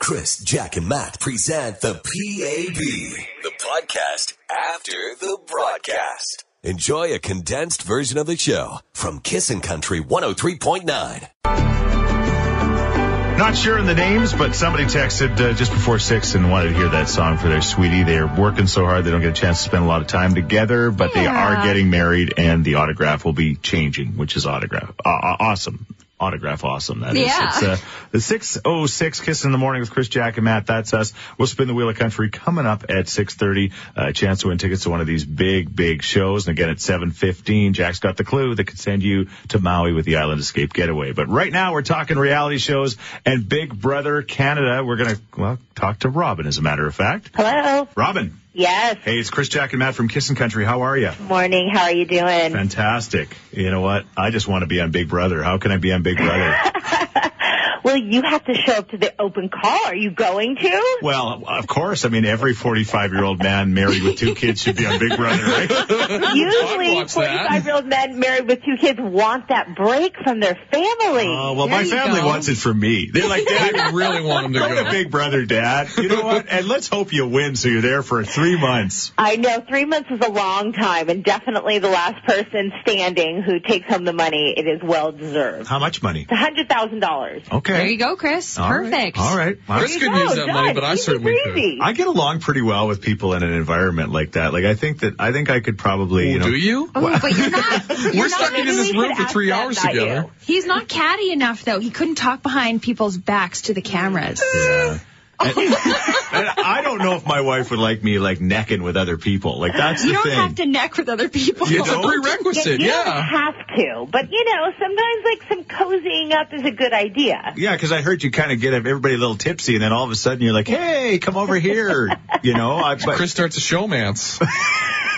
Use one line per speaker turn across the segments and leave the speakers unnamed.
Chris, Jack, and Matt present the PAB, the podcast after the broadcast. Enjoy a condensed version of the show from Kissin' Country 103.9.
Not sure on the names, but somebody texted uh, just before six and wanted to hear that song for their sweetie. They are working so hard they don't get a chance to spend a lot of time together, but they
Yeah.
are getting married, and the autograph will be changing, which is autograph uh, awesome. Autograph awesome. That is.
Yeah.
It's uh, the 606 Kiss in the Morning with Chris, Jack, and Matt. That's us. We'll spin the wheel of country coming up at 630. Uh, chance to win tickets to one of these big, big shows. And again, at 715, Jack's got the clue that could send you to Maui with the Island Escape Getaway. But right now we're talking reality shows and Big Brother Canada. We're going to, well, talk to Robin, as a matter of fact.
Hello.
Robin.
Yes.
Hey, it's Chris, Jack, and Matt from Kissin' Country. How are you?
Morning. How are you doing?
Fantastic. You know what? I just want to be on Big Brother. How can I be on Big Brother?
Well, you have to show up to the open call. Are you going to?
Well, of course. I mean, every 45 year old man married with two kids should be on Big Brother, right? Uh,
Usually,
wants that.
45 year old men married with two kids want that break from their family.
Oh, well, my
you
family
go.
wants it for me. They're like, Dad,
I really want him to
go to
go.
Big Brother, Dad. You know what? And let's hope you win so you're there for three months.
I know three months is a long time, and definitely the last person standing who takes home the money, it is well deserved.
How much money?
It's $100,000.
Okay.
There you go, Chris.
All right.
Perfect.
All right. All right.
Chris could
Oh,
use that money, but I certainly could.
I get along pretty well with people in an environment like that. Like, I think that, I think I could probably, you know.
Do you?
Oh, but you're not.
We're
You're
stuck
not
in this
really-
room for three
ask
hours
that, not
together.
you.
He's not catty enough, though. He couldn't talk behind people's backs to the cameras.
Yeah. And, and I don't know if my wife would like me like necking with other people. Like that's
You
the
don't
thing.
have to neck with other people.
You
It's a
don't?
prerequisite.
you
Yeah.
don't have to, but you know, sometimes like some cozying up is a good idea.
Yeah, because I heard you kind of get everybody a little tipsy, and then all of a sudden you're like, "Hey, come over here," you know. I, but
Chris starts a showmance.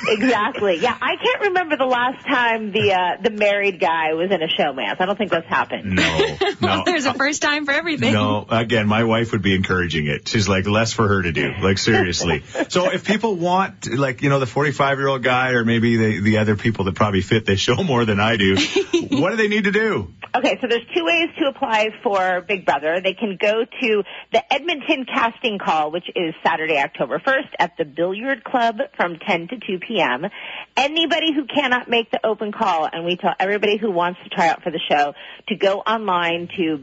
exactly. Yeah, I can't remember the last time the uh, the married guy was in a showmance. I don't think that's happened.
no, no,
There's a first time for everything.
no. Again, my wife would be encouraging it. She's like, "Less for her to do." Like seriously. So if people want, like, you know, the 45 year old guy, or maybe the the other people that probably fit this show more than I do, what do they need to do?
Okay, so there's two ways to apply for Big Brother. They can go to the Edmonton casting call, which is Saturday, October 1st at the Billiard Club from 10 to 2 p.m. Anybody who cannot make the open call, and we tell everybody who wants to try out for the show to go online to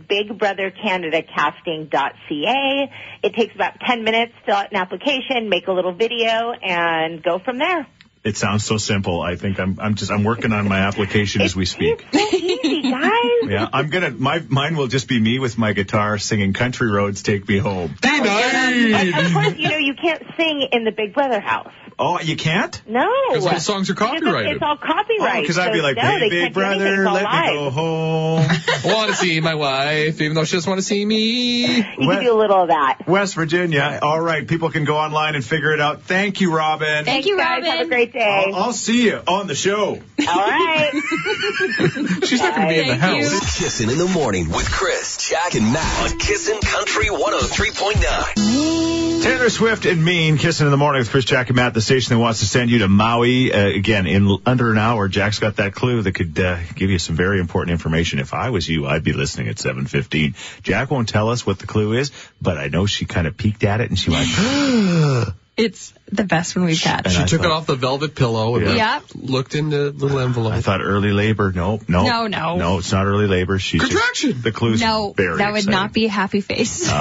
bigbrothercanadacasting.ca. It takes about 10 minutes, fill out an application, make a little video, and go from there.
It sounds so simple. I think I'm I'm just I'm working on my application as we speak.
Easy, guys.
Yeah, I'm gonna. My mine will just be me with my guitar singing "Country Roads Take Me Home."
Of
Denied.
course, you know, you can't sing in the Big Brother house.
Oh, you can't.
No.
Because those songs are
Because it's-
copyrighted.
It's all copyright.
Oh,
Because I'd be
so
like,
no,
hey,
they
big
can't do anything.
brother,
It's all
let
live.
me go home.
I want to see my wife, even though she doesn't want to see me.
You
What?
can do a little of that.
West Virginia. All right, people can go online and figure it out. Thank you, Robin.
Thank you,
guys.
Robin.
Have a great day.
Oh,
I'll, I'll see you on the show.
All right.
She's not going to be in the
Thank you.
house.
Kissin' in the morning with Chris, Jack, and Matt on Kissin' Country 103.9.
Taylor Swift and Mean kissing in the morning with Chris Jack and Matt, the station that wants to send you to Maui uh, again in l- under an hour. Jack's got that clue that could uh, give you some very important information. If I was you, I'd be listening at seven fifteen. Jack won't tell us what the clue is, but I know she kind of peeked at it and she went.
It's the best one we've had.
And
She
I
took
thought-
it off the velvet pillow and
Yeah.
Yep.
looked in the little envelope.
I thought early labor. No, no,
No, no.
no. It's not early labor. She's just-
Contraction.
the clues.
No, that
very Uh.
would not
exciting.
be a happy face.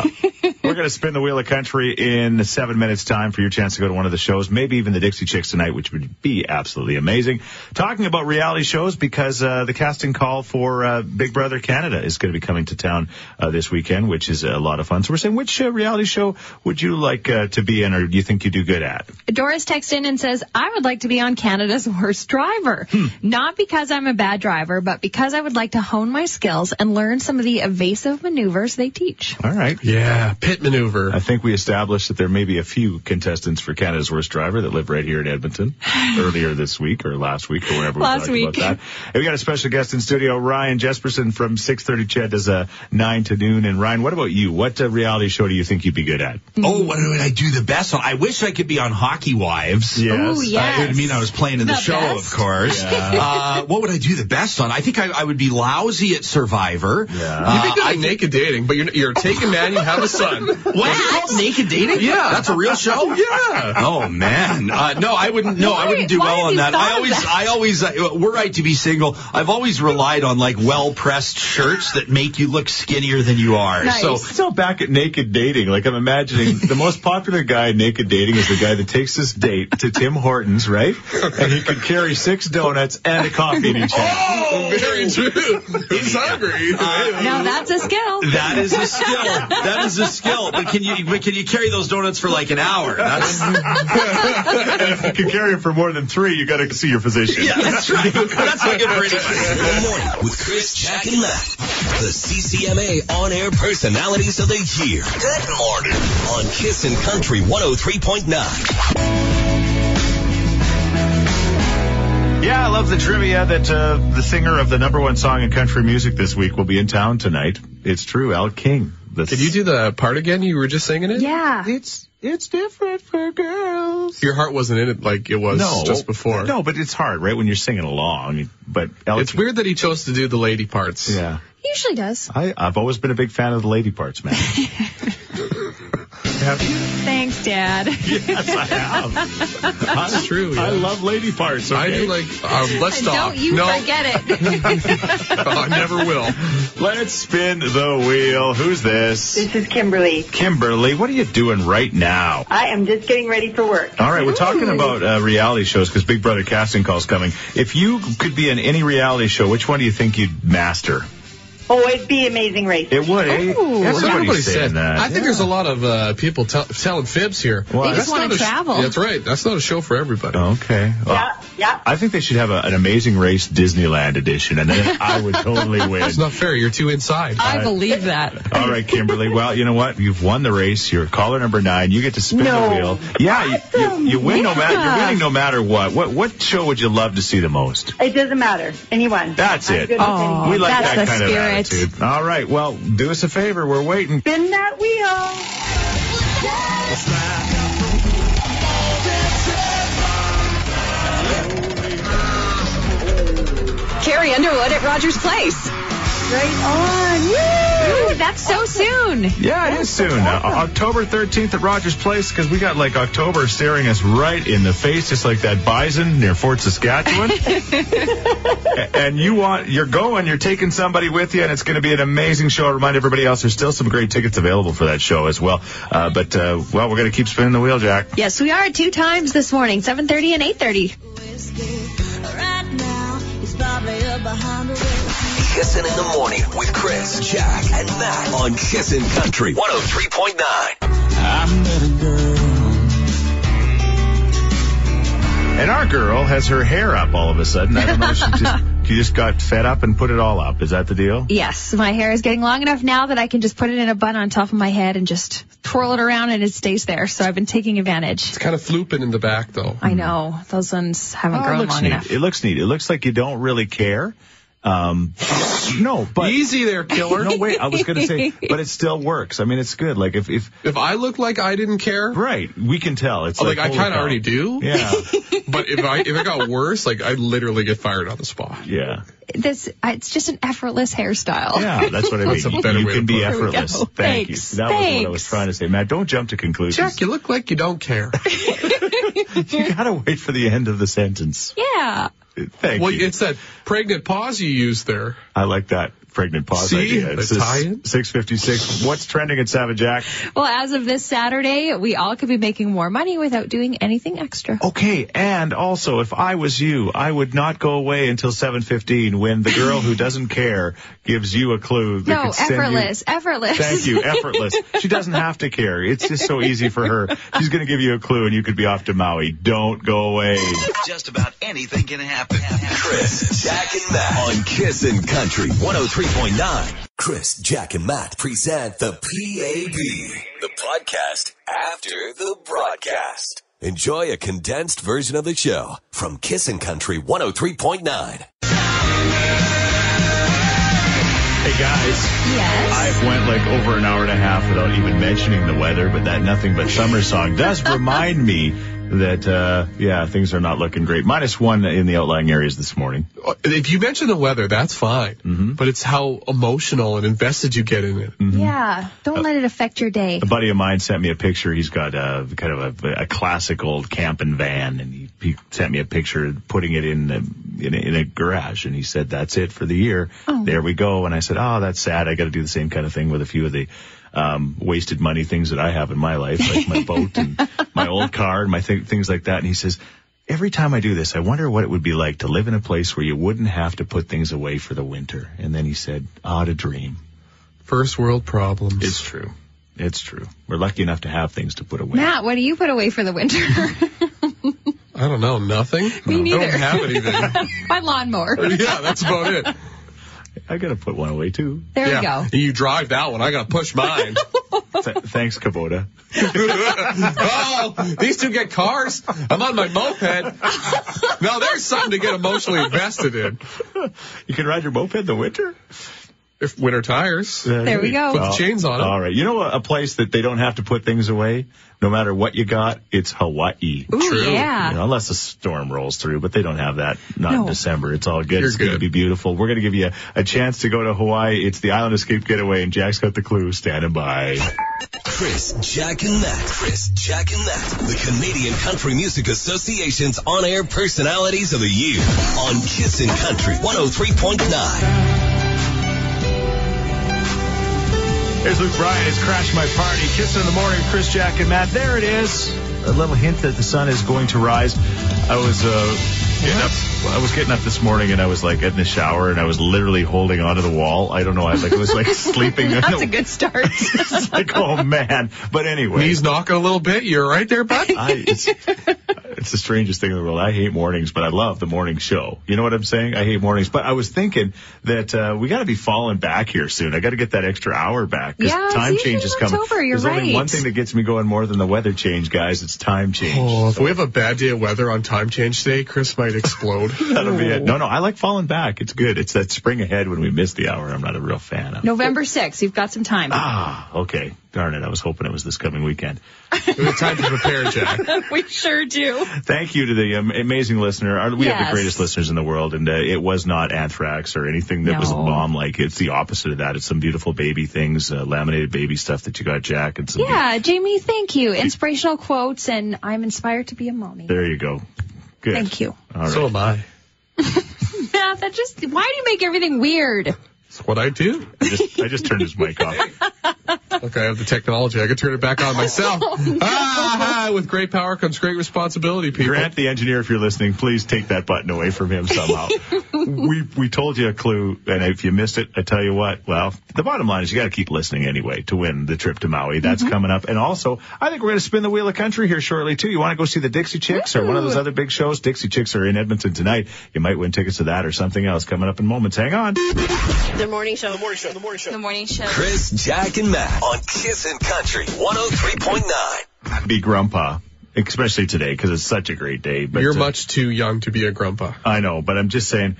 We're going to spin the wheel of country in seven minutes time for your chance to go to one of the shows, maybe even the Dixie Chicks tonight, which would be absolutely amazing. Talking about reality shows because uh, the casting call for uh, Big Brother Canada is going to be coming to town uh, this weekend, which is a lot of fun. So we're saying, which uh, reality show would you like uh, to be in, or do you think you do good at?
Doris texts in and says, I would like to be on Canada's worst driver.
Hmm.
Not because I'm a bad driver, but because I would like to hone my skills and learn some of the evasive maneuvers they teach.
All right.
yeah, pit maneuver.
I think we established that there may be a few contestants for Canada's Worst Driver that live right here in Edmonton earlier this week or last week or whenever we
Last
talked
week.
about that. And we got a special guest in studio, Ryan Jesperson from 6:30 Chad does a 9 to noon. And Ryan, what about you? What uh, reality show do you think you'd be good at?
Oh, what would I do the best on? I wish I could be on Hockey Wives.
Yes.
Ooh, yes.
Uh, it would mean I was playing in the,
The
show,
best.
of course. Uh, what would I do the best on? I think I, I would be lousy at Survivor.
Yeah.
Uh,
You'd be good at naked dating, but you're, you're a taken man, you have a son.
What's it called? Naked dating?
Yeah.
that's a real show.
Yeah.
Oh man, uh, no, I wouldn't. No, I
Why-
wouldn't do
why
well
have
on
you
that.
thought
I
of
always,
that?
I always, I, we're right to be single. I've always relied on like well pressed shirts that make you look skinnier than you are.
Nice.
So
So back at naked dating, like I'm imagining the most popular guy at naked dating is the guy that takes his date to Tim Hortons, right? And he could carry six donuts and a coffee in each hand.
Oh, very true. Uh, He's hungry.
Now that's a skill.
that is a skill. That is a skill. But can you, but can you carry those donuts for like an hour? That's
If you could carry him for more than three, you got to see your physician.
yeah, that's right. That's not good for anybody.
Good morning with Chris, Jack, and Matt. The CCMA on air personalities of the year. Good morning. On Kissin' Country 103.9.
Yeah, I love the trivia that uh, the singer of the number one song in country music this week will be in town tonight. It's true, Al King. The
Did you do the part again? You were just singing it?
Yeah.
It's it's different for girls.
Your heart wasn't in it like it was
No,
just before.
No, but it's hard, right? When you're singing along. But Al
It's weird that he chose to do the lady parts.
Yeah,
Usually does.
I, I've always been a big fan of the lady parts, man. Have you?
Thanks, Dad.
Yes, I have. That's
true, yeah.
I love lady parts.
I
okay?
do like, um, let's stop.
Don't you
no,
forget it.
I never will.
Let's spin the wheel. Who's this?
This is Kimberly.
Kimberly, what are you doing right now?
I am just getting ready for work.
All right, we're talking about uh, reality shows because Big Brother casting call's coming. If you could be in any reality show, which one do you think you'd master?
Oh, it'd be amazing race.
It would, eh?
That's what everybody said.
that.
I think there's a lot of uh, people tell telling fibs here.
Why? They
just
That's
wanna
not a sh-
travel.
that's right. That's not a show for everybody.
Oh. Okay. Well,
Yeah, yeah.
I think they should have a, an Amazing Race Disneyland edition, and then I would totally win.
It's not fair. You're too inside.
I believe that.
All right, Kimberly. Well, you know what? You've won the race. You're caller number nine. You get to spin
No.
the wheel. Yeah, you- you, you win no matter. You're winning no matter what. What what show would you love to see the most?
It doesn't matter. Anyone.
That's
I'm
it.
good with
Oh,
Aw.
anyone.
we like
that's
that
the
kind
spirit.
of attitude. All right. Well, do us a favor. We're waiting.
Spin that wheel.
Carrie Underwood at Rogers Place.
Right on. Woo!
Ooh, that's so soon.
Yeah, it is soon. Uh, October 13th at Rogers Place because we got like October staring us right in the face, just like that bison near Fort Saskatchewan. A- and you want, you're going, you're taking somebody with you, and it's going to be an amazing show. I remind everybody else, there's still some great tickets available for that show as well. Uh, but, uh, well, we're going to keep spinning the wheel, Jack.
Yes, we are at two times this morning, 7:30 and 8:30.
Kissin' in the morning with Chris, Jack, and Matt on Kissin' Country 103.9.
And our girl has her hair up all of a sudden. I don't know if she just, she just got fed up and put it all up. Is that the deal?
Yes, my hair is getting long enough now that I can just put it in a bun on top of my head and just twirl it around and it stays there. So I've been taking advantage.
It's kind of flooping in the back, though.
I know those ones haven't
Oh, it
grown
looks
long
neat.
enough.
It looks neat. It looks like you don't really care. Um, no, but
Easy there, killer.
no wait. I was gonna say, but it still works. I mean, it's good. Like if if
If I look like I didn't care,
right, we can tell. It's
Oh,
like,
like, I
holy
kind of
cow.
already do.
Yeah,
But if I if it got worse, like I literally get fired on the spot.
yeah,
This I- it's just an effortless hairstyle.
yeah. That's what I mean.
That's a better
you
way
can
to
be
put it.
There we go.
effortless. Thank you.
Thanks.
That was what I was
Thanks.
trying to say, Matt. Don't jump to conclusions.
Jack, you look like you don't care.
You gotta wait for the end of the sentence.
Yeah.
Thank
well,
you.
it's that pregnant pause you used there.
I like that. Pregnant pause
See?
idea.
The
It's just
tie-in?
656. What's trending at Savage Jack?
Well, as of this Saturday, we all could be making more money without doing anything extra.
Okay, and also, if I was you, I would not go away until 7:15 when the girl who doesn't care gives you a clue. That
no,
could send you-
effortless, effortless.
Thank you, effortless. She doesn't have to care. It's just so easy for her. She's going to give you a clue, and you could be off to Maui. Don't go away.
Just about anything can happen. Chris, Jack, and Matt on Kissin' Country 103.9. Chris, Jack, and Matt present the PAB, the podcast after the broadcast. Enjoy a condensed version of the show from Kissin' Country 103.9.
Hey guys,
Yes.
I've went like over an hour and a half without even mentioning the weather, but that nothing but summer song does remind me that, uh, yeah, things are not looking great. Minus one in the outlying areas this morning.
If you mention the weather, that's fine.
Mm-hmm.
But it's how emotional and invested you get in it.
Mm.
Yeah. Don't let it affect your day.
A buddy of mine sent me a picture. He's got a kind of a, a classic old camping van, and he, he sent me a picture putting it in a, in a in a garage, and he said that's it for the year. There we go. And I said, oh, that's sad. I got to do the same kind of thing with a few of the um, wasted money things that I have in my life, like my boat and my old car and my th- things like that. And he says. Every time I do this, I wonder what it would be like to live in a place where you wouldn't have to put things away for the winter. And then he said, "Odd a dream."
First world problems.
It's true. It's true. We're lucky enough to have things to put away.
Matt, what do you put away for the winter?
I don't know. Nothing.
Me
I
neither.
don't have anything.
My lawnmower.
yeah, that's about it.
I gotta put one away too.
There
yeah.
we go.
You drive that one. I gotta push mine.
Th- thanks, Kubota.
oh, these two get cars. I'm on my moped. Now there's something to get emotionally invested in.
You can ride your moped in the winter.
If winter tires.
There we go.
Put the chains on it.
All right. You know a a place that they don't have to put things away, no matter what you got. It's Hawaii.
Ooh,
True.
You
yeah.
know, unless a storm rolls through, but they don't have that. Not in
No.
December. It's all good.
You're
it's going to
good.
be beautiful. We're going to give you a, a chance to go to Hawaii. It's the Island Escape Getaway, and Jack's got the clue. Standing by.
Chris, Jack, and Matt. Chris, Jack, and Matt. The Canadian Country Music Association's on air personalities of the year on Kissin' Country 103.9.
Here's Luke Bryan. It's Crash My Party. Kissing in the morning. Chris, Jack, and Matt. There it is. A little hint that the sun is going to rise. I was uh, getting up. I was getting up this morning, and I was like in the shower, and I was literally holding onto the wall. I don't know. I like it was like sleeping.
That's a good start.
It's like oh man. But anyway,
Knees knocking a little bit. You're right there, bud.
I, it's, it's the strangest thing in the world. I hate mornings, but I love the morning show. You know what I'm saying? I hate mornings, but I was thinking that uh, we got to be falling back here soon. I got to get that extra hour back because
Yeah, it's
time
usually
change is coming.
October, you're
There's only
right.
one thing that gets me going more than the weather change, guys. It's time change.
Oh, if we have a bad day of weather on time change day, Chris might explode.
That'll be it. No, no, I like falling back. It's good. It's that spring ahead when we miss the hour. I'm not a real fan of.
November 6th. You've got some time.
Ah, okay. Darn it. I was hoping it was this coming weekend.
We have time to prepare, Jack.
we sure do.
Thank you to the um, amazing listener. Our, we have
Yes.
the greatest listeners in the world, and uh, it was not anthrax or anything that was a
No.
bomb. Like it's the opposite of that. It's some beautiful baby things, uh, laminated baby stuff that you got, Jack, and some.
Yeah, Jamie, thank you. Inspirational quotes, and I'm inspired to be a mommy.
There you go. Good.
Thank you.
All right.
So am I.
Matt, that just, why do you make everything weird?
It's what I do.
I, just, I just turned his mic off.
Look, I have the technology. I can turn it back on myself. ah, with great power comes great responsibility, people.
Grant, the engineer, if you're listening, please take that button away from him somehow. we we told you a clue, and if you missed it, I tell you what. Well, the bottom line is you got to keep listening anyway to win the trip to Maui. That's coming up, and also I think we're going to spin the wheel of country here shortly too. You want to go see the Dixie Chicks or one of those other big shows? Dixie Chicks are in Edmonton tonight. You might win tickets to that or something else coming up in moments. Hang on.
The morning show. The morning show.
The morning show.
Chris, Jack, and Matt on Kissin' Country 103.9.
Be grandpa, especially today because it's such a great day. But
You're
uh,
much too young to be a grandpa.
I know, but I'm just saying.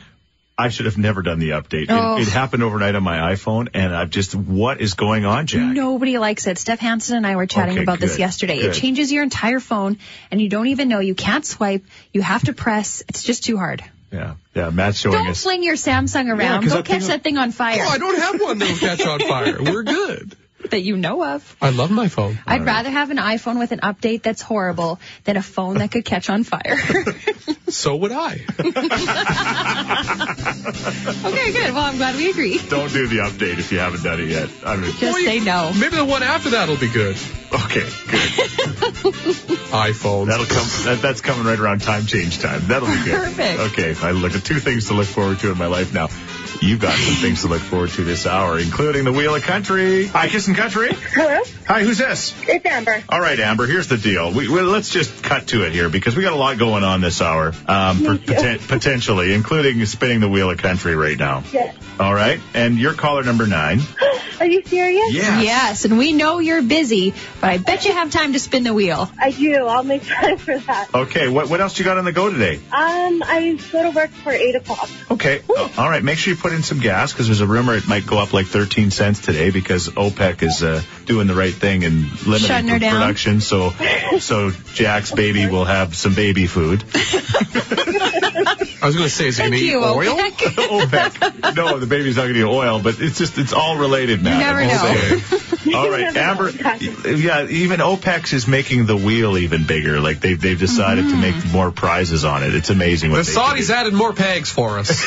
I should have never done the update. It-
Oh.
It, happened overnight on my iPhone, and I've just, what is going on, Jack?
Nobody likes it. Steph Hansen and I were chatting
Okay,
about this
good,
yesterday.
good.
It changes your entire phone, and you don't even know. You can't swipe. You have to press. It's just too hard.
Yeah, yeah. Matt's showing
Don't
us.
fling your Samsung around.
'cause
don't
that thing-
catch that thing on fire
Oh, I don't have one that'll catch on fire. We're good.
that you know of.
I love my phone.
I'd rather have an iPhone with an update that's horrible than a phone that could catch on fire.
So would I.
okay, good. Well, I'm glad we agree.
Don't do the update if you haven't done it yet. I mean,
Just say no.
Maybe the one after that'll be good.
okay, good.
iPhone.
That'll come. That, that's coming right around time change time. That'll be good.
Perfect.
Okay, I look at two things to look forward to in my life now. You've got some things to look forward to this hour, including the Wheel of Country. Hi, Kissing Country.
Hello?
Hi, who's this?
It's Amber.
All right, Amber, here's the deal. We, well, let's just cut to it here because we got a lot going on this hour, um, per- poten- potentially, including spinning the wheel of country right now.
Yes.
All right, and you're caller number nine.
Are you serious?
Yeah.
Yes, and we know you're busy, but I bet you have time to spin the wheel.
I do. I'll make time for that.
Okay, what, what else you got on the go today?
Um, I go to work for 8 o'clock.
Okay. Uh, all right. Make sure you put in some gas because there's a rumor it might go up like 13 cents today because OPEC is uh, doing the right thing and limiting
Shutting her
the
down.
production. So, so Jack's baby will have some baby food.
I was going to say, is it going to
Thank
eat
you,
oil?
OPEC.
OPEC. No, the baby's not going to eat oil, but it's just it's all related now.
never
Okay. All
You
right,
never know.
Amber. Yeah, even OPEC is making the wheel even bigger. Like they've they've decided
Mm-hmm.
to make more prizes on it. It's amazing
The
what they
Saudis added more pegs for us.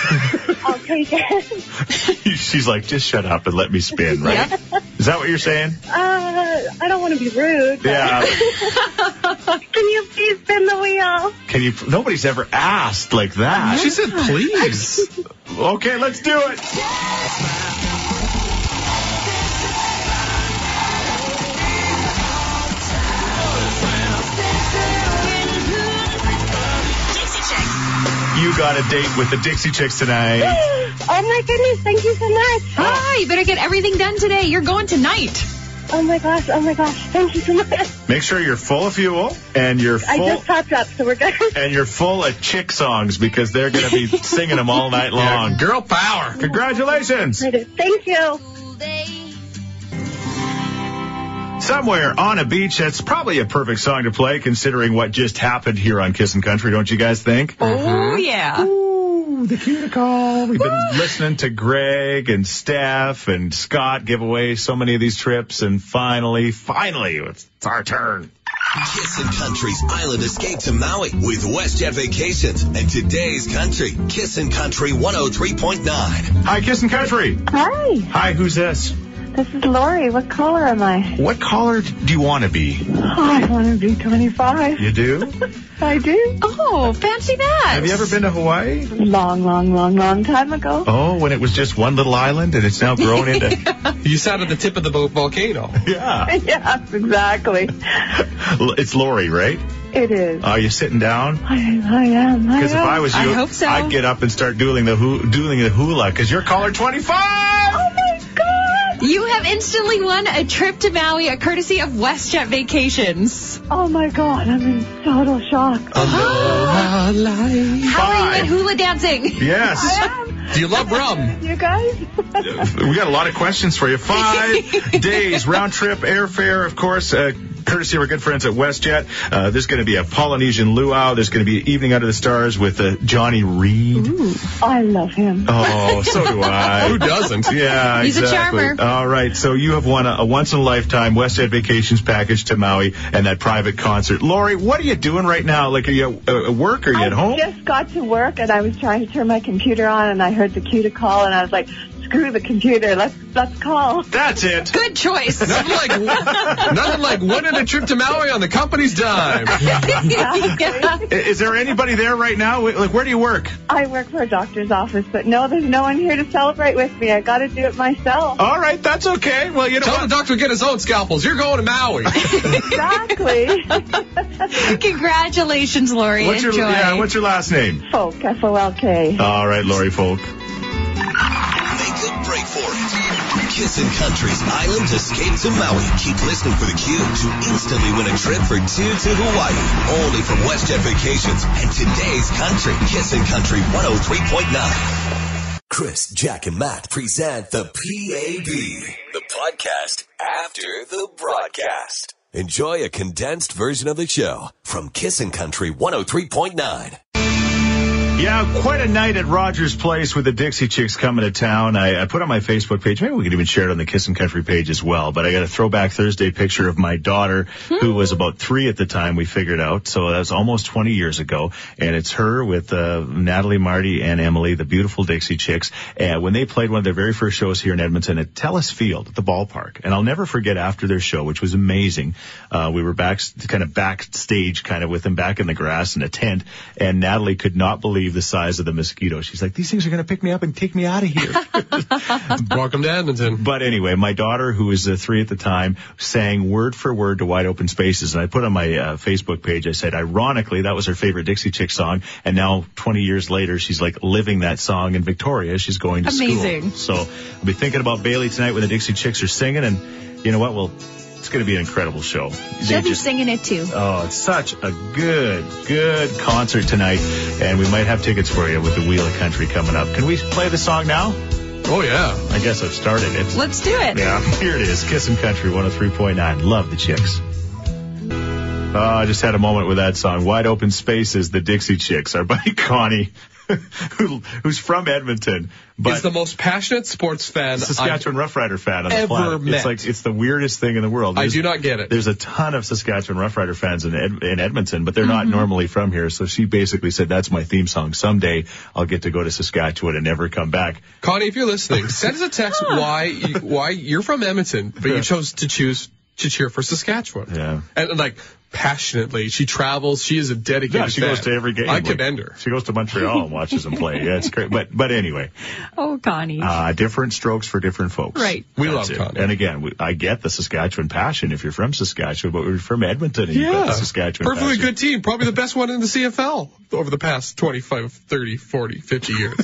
I'll take it.
do. She's like, just shut up and let me spin. Right? Is that what you're saying?
Uh, I don't want to be rude. but
Yeah.
Can you please spin the wheel?
Can you? Nobody's ever asked like that.
she said, please.
Okay, let's do it. You got a date with the Dixie Chicks tonight.
Oh my goodness, thank you so much.
Ah, you better get everything done today. You're going tonight.
Oh my gosh, oh my gosh, thank you so much.
Make sure you're full of fuel and you're
I
full
just popped up, so we're good.
and you're full of chick songs because they're gonna be singing them all night long.
Yeah, girl power.
Congratulations!
Thank you.
Somewhere on a beach, that's probably a perfect song to play considering what just happened here on Kissin' Country, don't you guys think?
Oh, yeah.
Ooh, the cuticle. We've been listening to Greg and Steph and Scott give away so many of these trips, and finally, finally, it's, it's our turn.
Kissin' Country's Island Escape to Maui with WestJet Vacations and today's country, Kissin' Country 103.9.
Hi, Kissin' Country.
Hi,
Hi, who's this?
this is Lori. What color am I?
What color do you want to be?
Oh, I want to be 25.
You do?
I do.
Oh, fancy that.
Have you ever been to Hawaii?
Long, long, long, long time ago.
Oh, when it was just one little island and it's now grown into.
You sounded the tip of the vo- volcano.
yeah.
Yes, exactly.
L- It's Lori, right?
It is.
Are you sitting down?
I, I am. I
Because if
am.
I was you,
I hope so.
would get up and start dueling the hoo- dueling the hula. Because you're caller 25.
You have instantly won a trip to Maui, a courtesy of WestJet Vacations.
Oh my god, I'm in total shock.
Uh.
Aloha life.
How are you at
Five.
hula dancing?
Yes,
Do you love rum?
You guys?
we got a lot of questions for you. Five days round trip airfare, of course. Uh, Courtesy of our good friends at WestJet. Uh, there's going to be a Polynesian luau. There's going to be Evening Under the Stars with uh, Johnny Reed.
I love him.
Oh, so do I.
Who doesn't?
Yeah,
He's a
exactly.
charmer.
All right, so you have won a, a once in a lifetime West End Vacations package to Maui and that private concert. Lori, what are you doing right now? Like, are you at, uh, at work? Are you
I
at home?
just got to work and I was trying to turn my computer on and I heard the cue to call and I was like, screw the computer, let's let's call.
That's it.
Good choice.
Nothing like, nothing like winning a trip to Maui on the company's dime.
Yeah.
I- Is there anybody there right now? Wait, Like, where do you work?
I work for a doctor's office, but no, there's no one here to celebrate with me. I got to do it myself.
All right, that's okay. Well, you know
Tell the
what?
doctor to get his own scalpels. You're going to Maui.
Oh.
Exactly.
Congratulations, Lori.
What's your,
Enjoy.
yeah, what's your last name?
Folk, F-O-L-K.
All right, Lori Folk.
Make a break for it. Kissin' Country's Island Escape to Maui. Keep listening for the cue to instantly win a trip for two to Hawaii. Only from WestJet Vacations and today's country, Kissin' Country 103.9. Chris, Jack, and Matt present the PAB, the podcast after the broadcast. Enjoy a condensed version of the show from Kissin' Country 103.9.
Yeah, quite a night at Rogers Place with the Dixie Chicks coming to town. I, I put on my Facebook page. Maybe we could even share it on the Kiss and Country page as well. But I got a throwback Thursday picture of my daughter, who was about three at the time we figured out. So that was almost 20 years ago. And it's her with uh, Natalie, Marty, and Emily, the beautiful Dixie Chicks. And when they played one of their very first shows here in Edmonton at Telus Field at the ballpark, and I'll never forget after their show, which was amazing. Uh, we were back, kind of backstage, kind of with them back in the grass in a tent, and Natalie could not believe believe the size of the mosquito. She's like, these things are going to pick me up and take me out of here.
Welcome to Edmonton.
But anyway, my daughter, who was uh, three at the time, sang word for word to Wide Open Spaces. And I put on my uh, Facebook page, I said, ironically, that was her favorite Dixie Chick song. And now 20 years later, she's like living that song in Victoria. She's going to
Amazing.
school. So I'll be thinking about Bailey tonight when the Dixie Chicks are singing. And you know what? Well, it's going to be an incredible show. They
She'll be
just-
singing it too.
Oh, it's such a good, good concert tonight. And we might have tickets for you with the Wheel of Country coming up. Can we play the song now?
Oh yeah.
I guess I've started it.
Let's do it.
Yeah, here it is. Kissin' Country 103.9. Love the chicks. Oh, I just had a moment with that song. Wide Open Spaces, the Dixie Chicks, our buddy Connie, who, who's from Edmonton,
He's
but
the most passionate sports fan.
Saskatchewan Rough Rider fan on the
ever
planet. It's
met.
like, it's the weirdest thing in the world.
I, I
There's-
do not get it.
there's a ton of Saskatchewan Rough Rider fans in, Ed- in Edmonton, but they're not
Mm-hmm.
normally from here. So she basically said, that's my theme song. Someday I'll get to go to Saskatchewan and never come back.
Connie, if you're listening, send us a text why you, why you're from Edmonton, but you chose to choose to cheer for Saskatchewan.
Yeah.
And, and, like passionately, she travels. She is a dedicated.
Yeah, she
fan.
goes to every game.
I
Like,
commend her.
She goes to Montreal and watches them play. Yeah, it's great. But but anyway,
Oh, Connie.
uh, different strokes for different folks.
Right.
We
That's
love
it.
Connie.
And again, we, I get the Saskatchewan passion if you're from Saskatchewan, but we're from Edmonton and you've got the Saskatchewan
Perfectly
passion.
good team. Probably the best one in the CFL over the past 25, 30, 40, 50 years.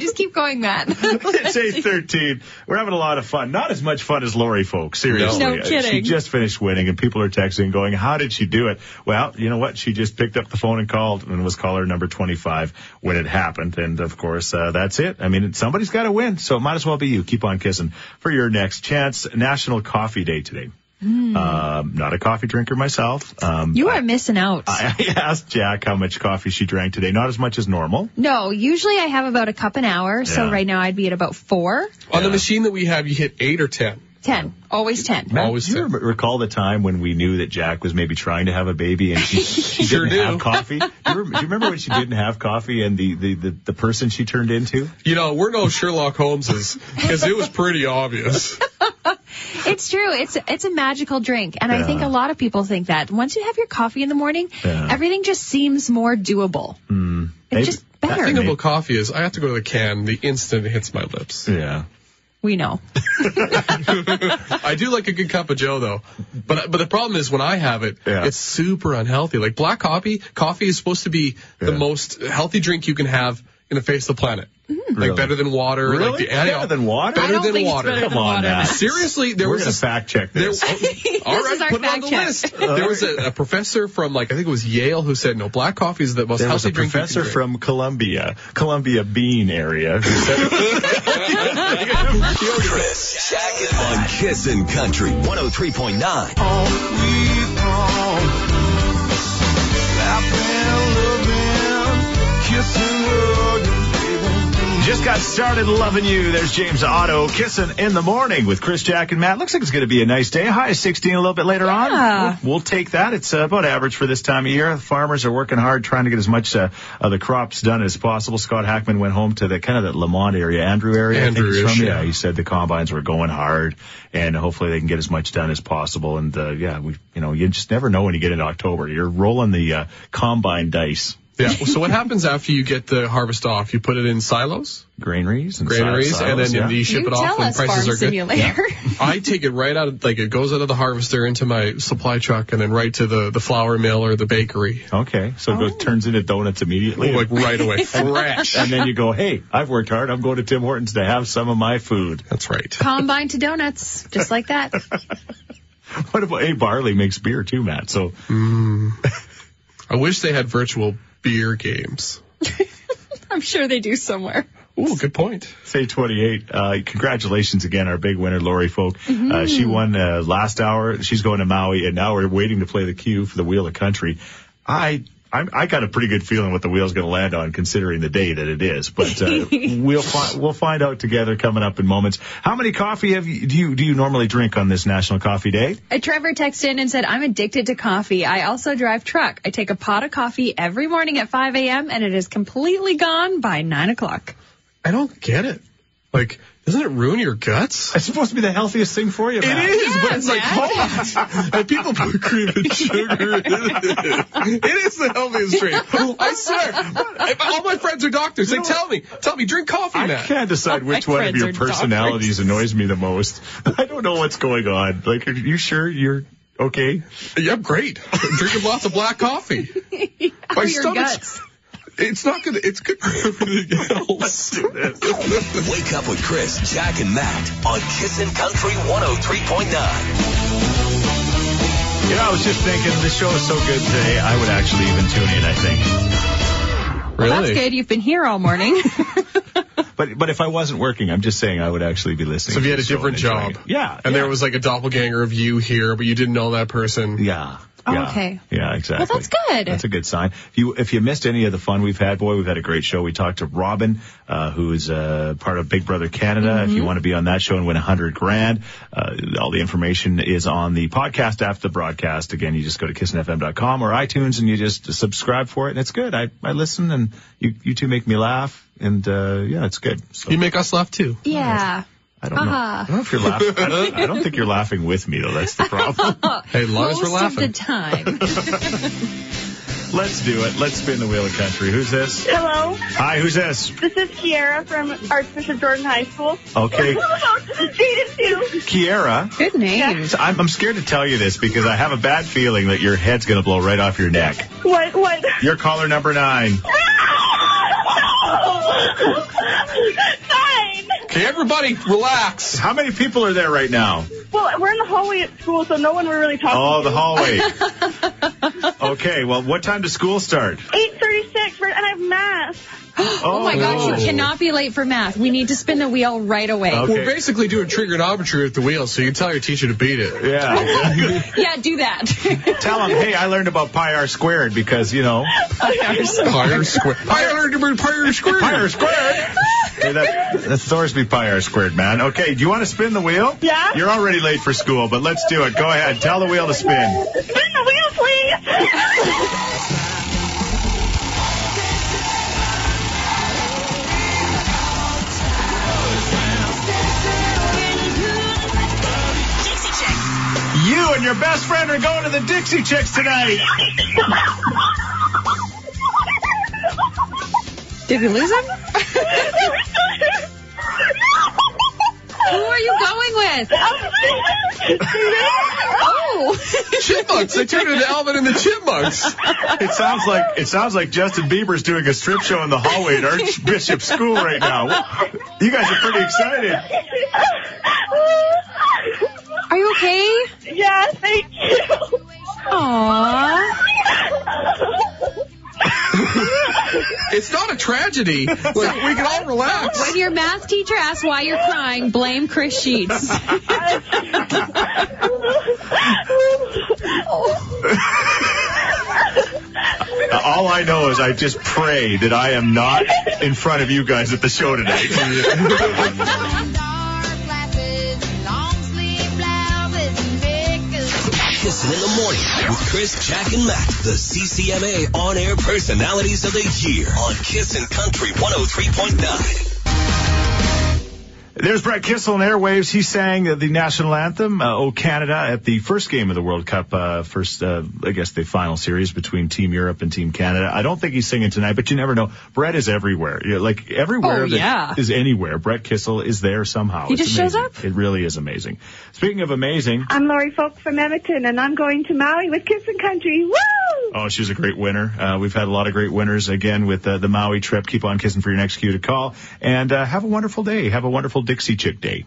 Just keep going, Matt.
it's 813. We're having a lot of fun. Not as much fun as Lori, folks. Seriously.
No
Uh, She
kidding.
just finished winning and people are texting going, how did she do it? Well, you know what? She just picked up the phone and called and was caller number 25 when it happened. And of course, uh, that's it. I mean, somebody's got to win. So it might as well be you. Keep on kissing for your next chance. National Coffee Day today. Um, not a coffee drinker myself. Um,
Hmm. you are missing out.
I asked Jack how much coffee she drank today. Not as much as normal.
no, usually I have about a cup an hour. So
Yeah.
right now I'd be at about four,
On the machine that we have, you hit eight or ten.
ten, always ten.
Matt,
Always
Always
do you
there.
remember- recall the time when we knew that Jack was maybe trying to have a baby and she, she
Sure
didn't
do.
have coffee? Do you, rem- do you remember when she didn't have coffee and the, the, the, the person she turned into?
You know, we're no Sherlock Holmeses because it was pretty obvious.
It's true. It's it's a magical drink, and I think
Yeah.
a lot of people think that once you have your coffee in the morning,
Yeah.
everything just seems more doable. It's
Maybe-
just
The Hmm. thing
better.
about coffee is I have to go to the can the instant it hits my lips.
Yeah.
We know.
I do like a good cup of Joe though, but but the problem is when I have it,
Yeah.
it's super unhealthy. Like black coffee, coffee is supposed to be the
Yeah. Mm-hmm.
most healthy drink you can have in the face of the planet. Like
Really?
better than water. Like
Really?
the, yeah,
Better than water?
Better
I don't
than
think
water.
it's better
Come
than
on,
water.
Matt.
Seriously, there
We're
was
going to
this
fact check
There,
this.
all
This is
right,
our
put it on
fact
the
check.
list. There was a, a professor from like I think it was Yale who said no, black coffee is the most
There was a
healthy drink. you can
professor
drink.
from Columbia, Columbia Bean area, who said,
Chris, Jack, and Matt. On Kissin' Country 103.9.
just got started loving you. There's James Otto kissing in the morning with Chris, Jack, and Matt. Looks like it's going to be a nice day. High of 16 a little bit later on.
Yeah.
We'll, we'll take that. It's uh, about average for this time of year. Farmers are working hard trying to get as much uh, of the crops done as possible. Scott Hackman went home to the kind of the Lamont area, Andrew area. I think he's
Andrew-ish,
from.
yeah.
yeah, he said the combines were going hard, and hopefully they can get as much done as possible. And uh, yeah, we, you know, you just never know when you get into October. You're rolling the uh, combine dice.
Yeah. So what happens after you get the harvest off? You put it in silos,
Graanaries and
granaries,
silos,
and then
yeah.
you ship
you
it off
tell
when
us,
prices
Farm
are good.
Simulator.
I take it right out of like it goes out of the harvester into my supply truck and then right to the the flour mill or the bakery,
Okay, so it goes, turns into donuts immediately.
Oh, like right away, fresh.
and then you go, hey, I've worked hard. I'm going to Tim Hortons to have some of my food.
That's right.
Combine to donuts, just like that.
What about, hey, barley makes beer too, Matt. So
I wish they had virtual beer games.
I'm sure they do somewhere.
Ooh, good point.
say 28. Uh, congratulations again, our big winner, Lori Folk. Uh, she won uh, last hour. She's going to Maui, and now we're waiting to play the cue for the Wheel of Country. I. I'm, I got a pretty good feeling what the wheel's going to land on, considering the day that it is. But uh, we'll fi- we'll find out together coming up in moments. How many coffee have you do you do you normally drink on this National Coffee Day?
Uh, Trevor texted in and said, I'm addicted to coffee. I also drive truck. I take a pot of coffee every morning at 5 a.m. and it is completely gone by 9 o'clock.
I don't get it. Like Doesn't it ruin your guts?
It's supposed to be the healthiest thing for you.
It
Matt.
is, but it's like hot. and people put cream and sugar in it. It is the healthiest drink. I swear. If All my friends are doctors. They tell me, tell me, drink coffee
I
now.
can't decide
my
which one of
friends
your
are doctors.
personalities annoys me the most. I don't know what's going on. Like, are you sure you're okay?
Yeah, great. Drinking lots of black coffee. My
For Oh, your
stomach's-
guts.
It's not good. It's good for everything else.
Wake up with Chris, Jack, and Matt on Kissin' Country 103.9.
You know, I was just thinking the show is so good today. I would actually even tune in. I think,
really?
That's good. You've been here all morning.
but but if I wasn't working, I'm just saying I would actually be listening.
So if you
to
had a
the show
different
and enjoying
job,
it. yeah,
and
yeah.
there was like a doppelganger of you here, but you didn't know that person.
Yeah.
Oh,
yeah.
okay.
Yeah, exactly.
Well, that's good.
That's a good sign. If you if you missed any of the fun we've had, boy, we've had a great show. We talked to Robin, uh, who's uh, part of Big Brother Canada. If
Mm-hmm.
you want to be on that show and win a hundred grand, uh, all the information is on the podcast after the broadcast. Again, you just go to kissinfm.com or iTunes and you just subscribe for it, and it's good. I I listen, and you you two make me laugh, and uh, yeah, it's good. So
You make us laugh too.
yeah.
I don't know.
Uh-huh.
I don't know if you're laughing. I don't, I don't think you're laughing with me though. That's the problem.
Hey, as long as
Most
we're
of the
laughing.
time.
Let's do it. Let's spin the wheel of country. Who's this?
Hello,
Hi, who's this?
this is Kiara from Archbishop Jordan High School.
Okay,
Dated too.
Kiera.
Good name.
So I'm, I'm scared to tell you this because I have a bad feeling that your head's going to blow right off your neck.
What? What?
You're caller number nine.
Fine.
Okay, everybody, relax.
How many people are there right now?
Well, we're in the hallway at school, so no one we're really talking.
Oh,
to.
the hallway. Okay, well, what time does school start?
Eight thirty-six, and I have math.
Oh,
Oh Oh. my gosh,
Oh.
you cannot be late for math. We need to spin the wheel right away.
Okay.
We're basically doing trigonometry at the wheel, so you tell your teacher to beat it.
Yeah.
Yeah, do that.
Tell them, hey, I learned about pi r squared because, you know,
Pyre square. Pyre, pyre, pyre square.
pi r squared. Hey, that, that's Thorsby pi r squared, man. Okay, do you want to spin the wheel?
Yeah.
You're already late for school, but let's do it. Go ahead. Tell the wheel to spin.
Spin the wheel, please.
You and your best friend are going to the Dixie Chicks tonight.
Did we lose him? Who are you going with? Oh,
Chipmunks. They turned into Alvin and the Chipmunks.
It sounds like it sounds like Justin Bieber's doing a strip show in the hallway at Archbishop School right now. You guys are pretty excited.
are you okay?
yeah, thank you.
Aww.
It's not a tragedy. Like, we can all relax.
When your math teacher asks why you're crying, blame Chris Sheets.
Uh, all I know is I just pray that I am not in front of you guys at the show tonight.
Kissin' in the morning with Chris, Jack, and Matt, the CCMA on air personalities of the year on Kissin' Country 103.9.
There's Brett Kissel on airwaves. He sang uh, the national anthem, uh, "O Canada," at the first game of the World Cup, uh, first, uh, I guess, the final series between Team Europe and Team Canada. I don't think he's singing tonight, but you never know. Brett is everywhere. Yeah, like everywhere
Oh,
that
yeah.
is anywhere, Brett Kissel is there somehow.
He
It's
just shows
amazing. It really is amazing. Speaking of amazing,
I'm Lori Folk from Edmonton, and I'm going to Maui with Kissing Country. Woo!
Oh, she's a great winner. Uh, we've had a lot of great winners again with uh, the Maui trip. Keep on kissing for your next cue to call. And uh, have a wonderful day. Have a wonderful Dixie Chick day.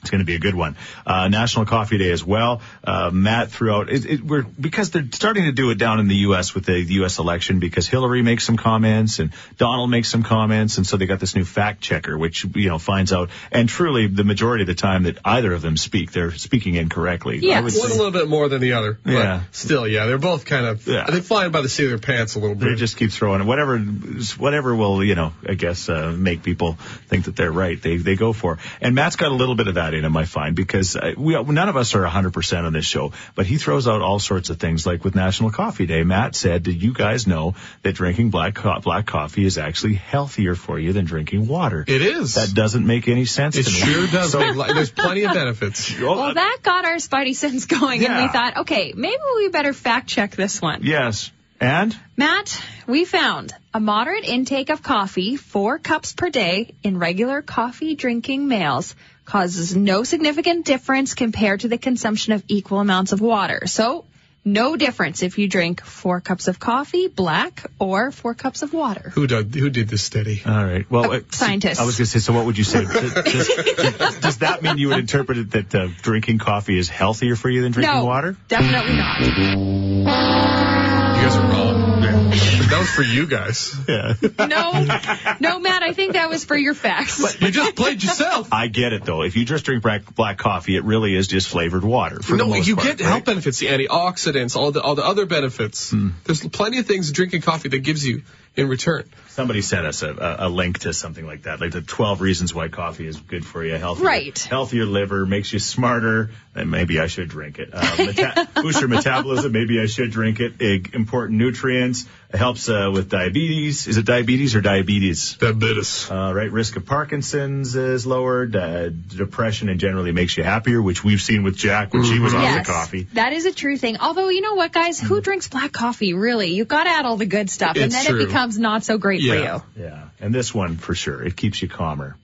It's going to be a good one. Uh, National Coffee Day as well. Uh, Matt throughout it, it, we're because they're starting to do it down in the U.S. with the, the U.S. election because Hillary makes some comments and Donald makes some comments, and so they got this new fact checker, which you know finds out. And truly, the majority of the time that either of them speak, they're speaking incorrectly. I would
Yes.
One a little bit more than the other. But
Yeah.
Still, yeah, they're both kind of.
Yeah.
They flying by the seat of their pants a little
They
bit.
just keep throwing it. Whatever, whatever will you know, I guess, uh, make people think that they're right. They they go for. And Matt's got a little bit of that him, I find, because uh, we none of us are 100% on this show, but he throws out all sorts of things. Like with National Coffee Day, Matt said, "Did you guys know that drinking black co- black coffee is actually healthier for you than drinking water?"
It is.
That doesn't make any sense
it
to me.
sure does. make li- There's plenty of benefits.
Oh,
Well, that got our spidey sense going, and we
Yeah.
thought, okay, maybe we better fact check this one.
yes. And
Matt, we found a moderate intake of coffee, four cups per day, in regular coffee drinking males causes no significant difference compared to the consumption of equal amounts of water. So, no difference if you drink four cups of coffee, black, or four cups of water.
Who did, who did this study?
all right. Well, uh,
Oh, scientists.
I was going to say. So, what would you say? Does, does- does that mean you would interpret it that uh, drinking coffee is healthier for you than drinking
no,
water?
definitely not.
You guys are wrong. That was for you guys.
Yeah.
No, no, Matt, I think that was for your facts.
You just played yourself.
I get it though. If you just drink black, black coffee, it really is just flavored water. For the
No,
most
you
part,
get
right? Hmm.
health benefits, the antioxidants, all the all the other benefits. There's plenty of things drinking coffee that gives you in return.
Somebody sent us a, a, a link to something like that, like the 12 reasons why coffee is good for you, healthier,
Right.
healthier liver, makes you smarter, and maybe I should drink it. Uh, meta- boosts your metabolism, maybe I should drink it. Ig- important nutrients, it helps uh, with diabetes. Is it diabetes or diabetes?
Diabetes.
Uh, right, risk of Parkinson's is lowered. Uh, depression and generally makes you happier, which we've seen with Jack when she was on
Mm-hmm. Yes,
the coffee. Mm.
that is a true thing. Although you know what, guys, who drinks black coffee? Really, you got to add all the good stuff, and
It's
then
true.
it becomes not so great
Yeah.
for
Yeah, and this one for sure. It keeps you calmer.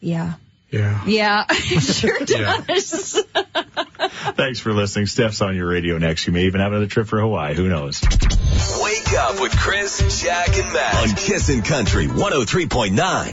you. Yeah,
Yeah.
yeah, it sure
Yeah.
does.
Thanks for listening. Steph's on your radio next. You may even have another trip for Hawaii. Who knows?
oh Wake up with Chris, Jack, and Matt on Kissin' Country 103.9.